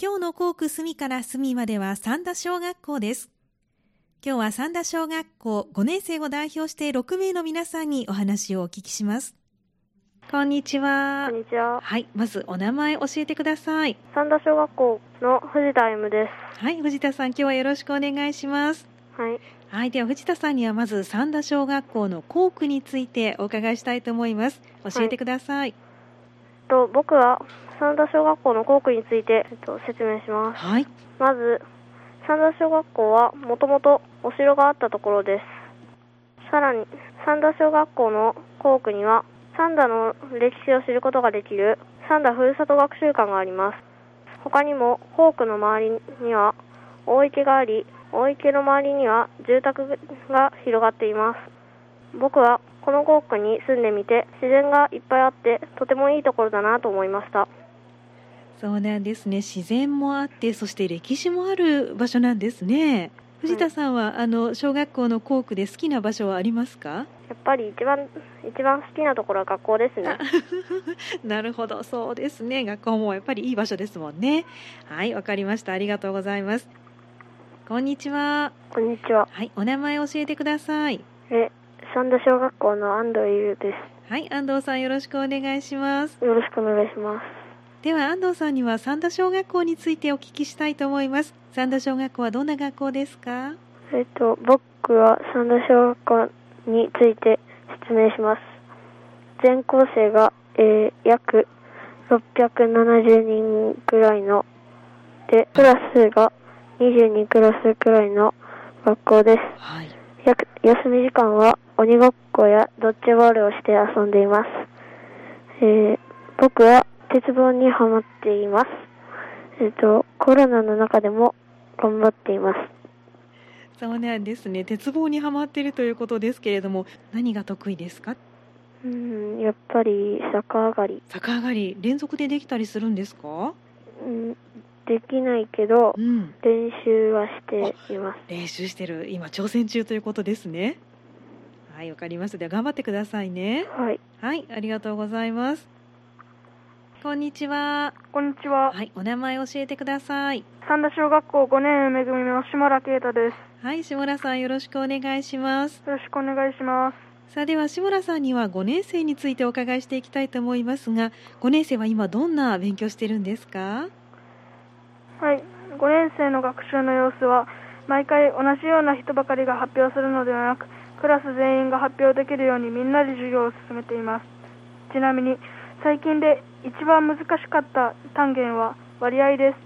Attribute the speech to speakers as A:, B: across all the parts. A: 今日の校区隅から隅までは三田小学校です。今日は三田小学校5年生を代表して6名の皆さんにお話をお聞きします。こんにちは
B: こん。にちは。
A: はい、まずお名前教えてください。
B: 三田小学校の藤田歩夢で
A: はい、藤田さん今日はよろしくお願いします。
B: す。はい。
A: はい、では藤田さんにはまず三田小学校の校区についてお伺いしたいと思います。教えてください。
B: と僕は三田小学校の校区について、えっと、説明します。
A: はい、
B: まず、三田小学校はもともとお城があったところです。さらに、三田小学校の校区には、三田の歴史を知ることができる三田ふるさと学習館があります。他にも、校区の周りには大池があり、大池の周りには住宅が広がっています。僕はこの校区に住んでみて、自然がいっぱいあって、とてもいいところだなと思いました。
A: そうなんですね。自然もあって、そして歴史もある場所なんですね。藤田さんは、あの小学校の校区で好きな場所はありますか？
B: やっぱり一番、一番好きなところは学校ですね。
A: なるほど、そうですね。学校もやっぱりいい場所ですもんね。はい、わかりました。ありがとうございます。こんにちは。
B: こんにちは。
A: はい、お名前教えてください。
B: え、三田小学校の安藤優で
A: はい、安藤さんよろしくお願いします。
B: す。よろしくお願いします。
A: では安藤さんには三田小学校についてお聞きしたいと思います。三田小学校はどんな学校ですか？
B: えっと、僕は三田小学校について説明します。全校生が、えー約670人くらいの、で、クラスが22クラスくらいの学校です。
A: はい。
B: 約休み時間は鬼ごっこやドッジボールをして遊んでいます。えー僕は鉄棒にはまっています。えっ、と、コロナの中でも頑張っています。
A: そうなんですね。鉄棒にはまっているということですけれども、何が得意ですか？
B: うん、やっぱり逆上がり、
A: 逆上がり連続でできたりするんですか？
B: うん、できないけど
A: う、ん。
B: 練習はしています。
A: 練習してる。今挑戦中ということですね。はい、わかりました。では頑張ってくださいね。
B: はい。
A: はい、ありがとうございます。こんにちは。
B: こんにちは。
A: はい、お名前教えてください。
B: 三田小学校5年めぐみの島田啓太です。
A: はい、下村さんよろしくお願いします。
B: よろしくお願いします。
A: さあでは志村さんには5年生についてお伺いしていきたいと思いますが5年生は今どんな勉強してるんですか
B: はい、5年生の学習の様子は毎回同じような人ばかりが発表するのではなくクラス全員が発表できるようにみんなで授業を進めていますちなみに最近で一番難しかった単元は割合です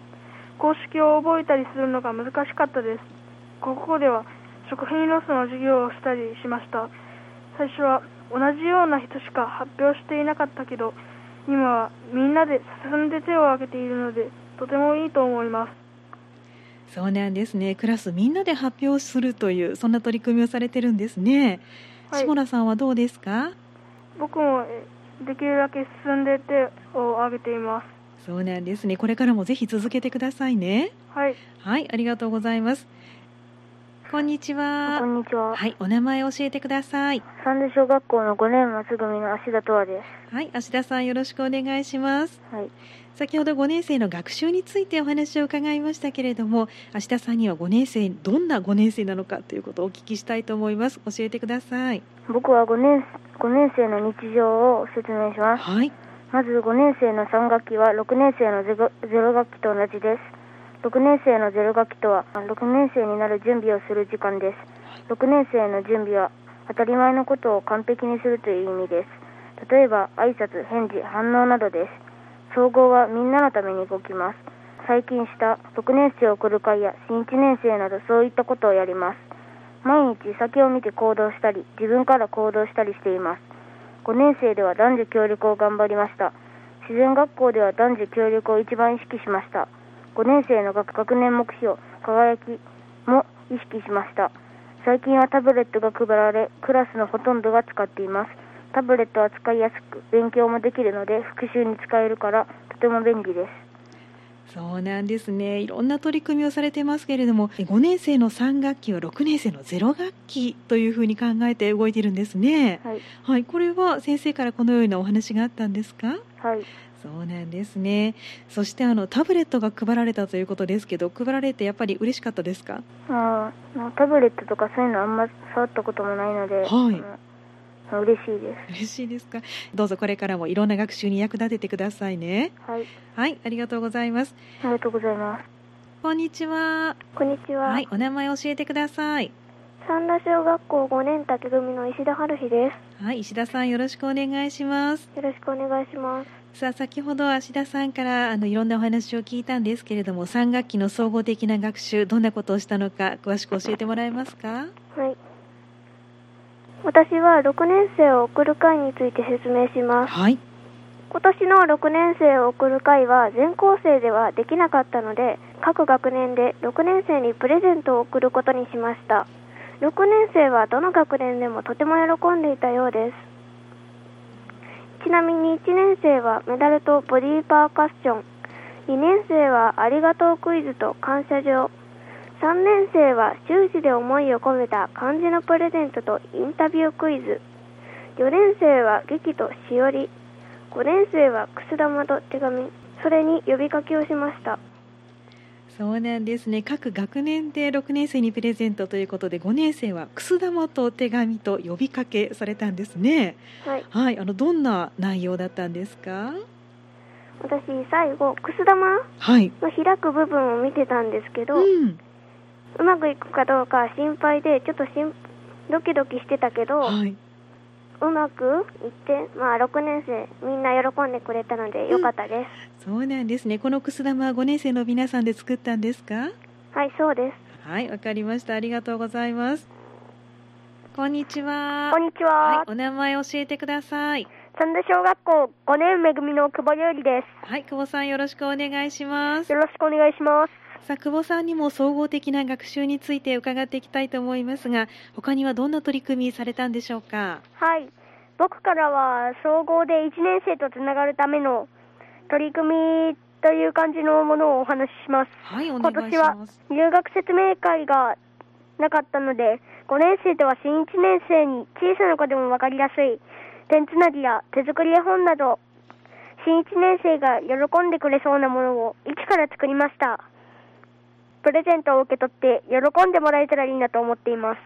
B: 公式を覚えたりするのが難しかったですここでは食品ロスの授業をしたりしました最初は同じような人しか発表していなかったけど今はみんなで進んで手を挙げているのでとてもいいと思います
A: そうなんですねクラスみんなで発表するというそんな取り組みをされてるんですね、
B: はい
A: 志村さんはどうですか
B: 僕もえできるだけ進んで手を挙げています。
A: そうなんですねこれからもぜひ続けてくださいね
B: はい。
A: はいありがとうございますこんにちは
B: んにちは
A: はいお名前教えてください
B: 三田小学校の5年末組の芦田とわで
A: はい芦田さんよろしくお願いします
B: す。はい。
A: 先ほど5年生の学習についてお話を伺いましたけれども明日さんには5年生どんな5年生なのかということをお聞きしたいと思います教えてください
B: 僕は5年5年生の日常を説明します。
A: はい
B: まず5年生の3学期は6年生のゼロゼロ学期と同じです。6年生のゼロ学期とは6年生になる準備をする時間です。6年生の準備は当たり前のことを完璧にするという意味です。例えば挨拶、返事、反応などです。総合はみんなのために動きます。最近した6年生を送る会や新1年生などそういったことをやります。毎日先を見て行動したり、自分から行動したりしています。5年生では男女協力を頑張りました自然学校では男女協力を一番意識しました5年生の学学年目標輝きも意識しました最近はタブレットが配られクラスのほとんどが使っていますタブレットは使いやすく勉強もできるので復習に使えるからとても便利です
A: そうなんですねいろんな取り組みをされてますけれども5年生の3学期は6年生の0学期というふうに考えて動いているんですね
B: はい
A: はいこれは先生からこのようなお話があったんですか
B: はい
A: そうなんですね。そしてあのタブレットが配られたということですけど、配られてやっぱり嬉しかったですか？
B: あーまあタブレットとかそういうのあんま触ったこともないので、
A: はい
B: うんまあ嬉しいで
A: 嬉しいですか。どうぞこれからもいろんな学習に役立ててくださいね。
B: すはい
A: はい、ありがとうございます。
B: ありがとうございます
A: こんにちは。
C: こんにちは、
A: はい、お名前教えてください。
C: 三田小学校5年竹組の石田春日で
A: はい、石田さんよろしくお願いします。
C: すよろしくお願いします
A: さあ、先ほど芦田さんからあのいろんなお話を聞いたんですけれども、3学期の総合的な学習どんなことをしたのか詳しく教えてもらえますか？
C: はい私は6年生を送る会について説明します
A: はい。
C: 今年の6年生を送る会は全校生ではできなかったので各学年で6年生にプレゼントを贈ることにしました6年生はどの学年でもとても喜んでいたようですちなみに1年生はメダルとボディーパーカッション2年生はありがとうクイズと感謝状3年生は終始で思いを込めた漢字のプレゼントとインタビュークイズ4年生は劇としおり5年生はくす玉と手紙それに呼びかけをしました
A: そうなんですね各学年で6年生にプレゼントということで5年生はくす玉と手紙と呼びかけされたんですね
C: はい
A: はいあのどんな内容だったんですか
C: 私最後くす玉
A: はい
C: の開く部分を見てたんですけど、うんまくいくかどうか心配でちょっとしんドキドキしてたけど、
A: はい、
C: うまくいってまあ6年生みんな喜んでくれたのでよかったです、
A: そうなんですねこのくす玉は5年生の皆さんで作ったんですか
C: はいそうです
A: はいわかりましたありがとうございますこんにちは
B: こんにちは、
A: い、お名前教えてください
B: 三田小学校5年めぐみの久保優里で
A: はい久保さんよろしくお願いします
B: すよろしくお願いします
A: さあ久保さんにも総合的な学習について伺っていきたいと思いますが他にはどんな取り組みされたんでしょうか
B: はい僕からは総合で1年生とつながるための取り組みという感じのものをお話しします
A: はいお
B: 今
A: 願い
B: 年
A: し
B: は
A: ます
B: 入学説明会がなかったので5年生とは新1年生に小さな子でも分かりやすいペンつなぎや手作り絵本など新1年生が喜んでくれそうなものを一から作りましたプレゼントを受け取って喜んでもらえたらいいなと思っています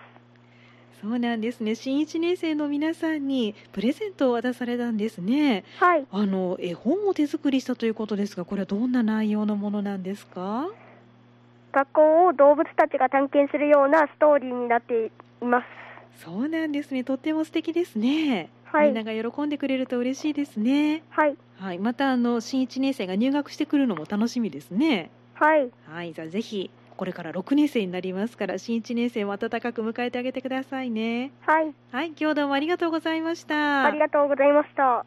A: そうなんですね新1年生の皆さんにプレゼントを渡されたんですね
B: はい
A: あの絵本を手作りしたということですがこれはどんな内容のものなんですか
B: 学校を動物たちが探検するようなストーリーになっています
A: そうなんですねとっても素敵ですね、
B: は
A: みんないが喜んでくれると嬉しいですね
B: はい
A: はいまたあの新1年生が入学してくるのも楽しみですね
B: はい
A: はい、じゃあぜひこれから6年生になりますから新1年生も温かく迎えてあげてくださいね。
B: はい
A: はい、今日どうもありがとうございました。
B: ありがとうございました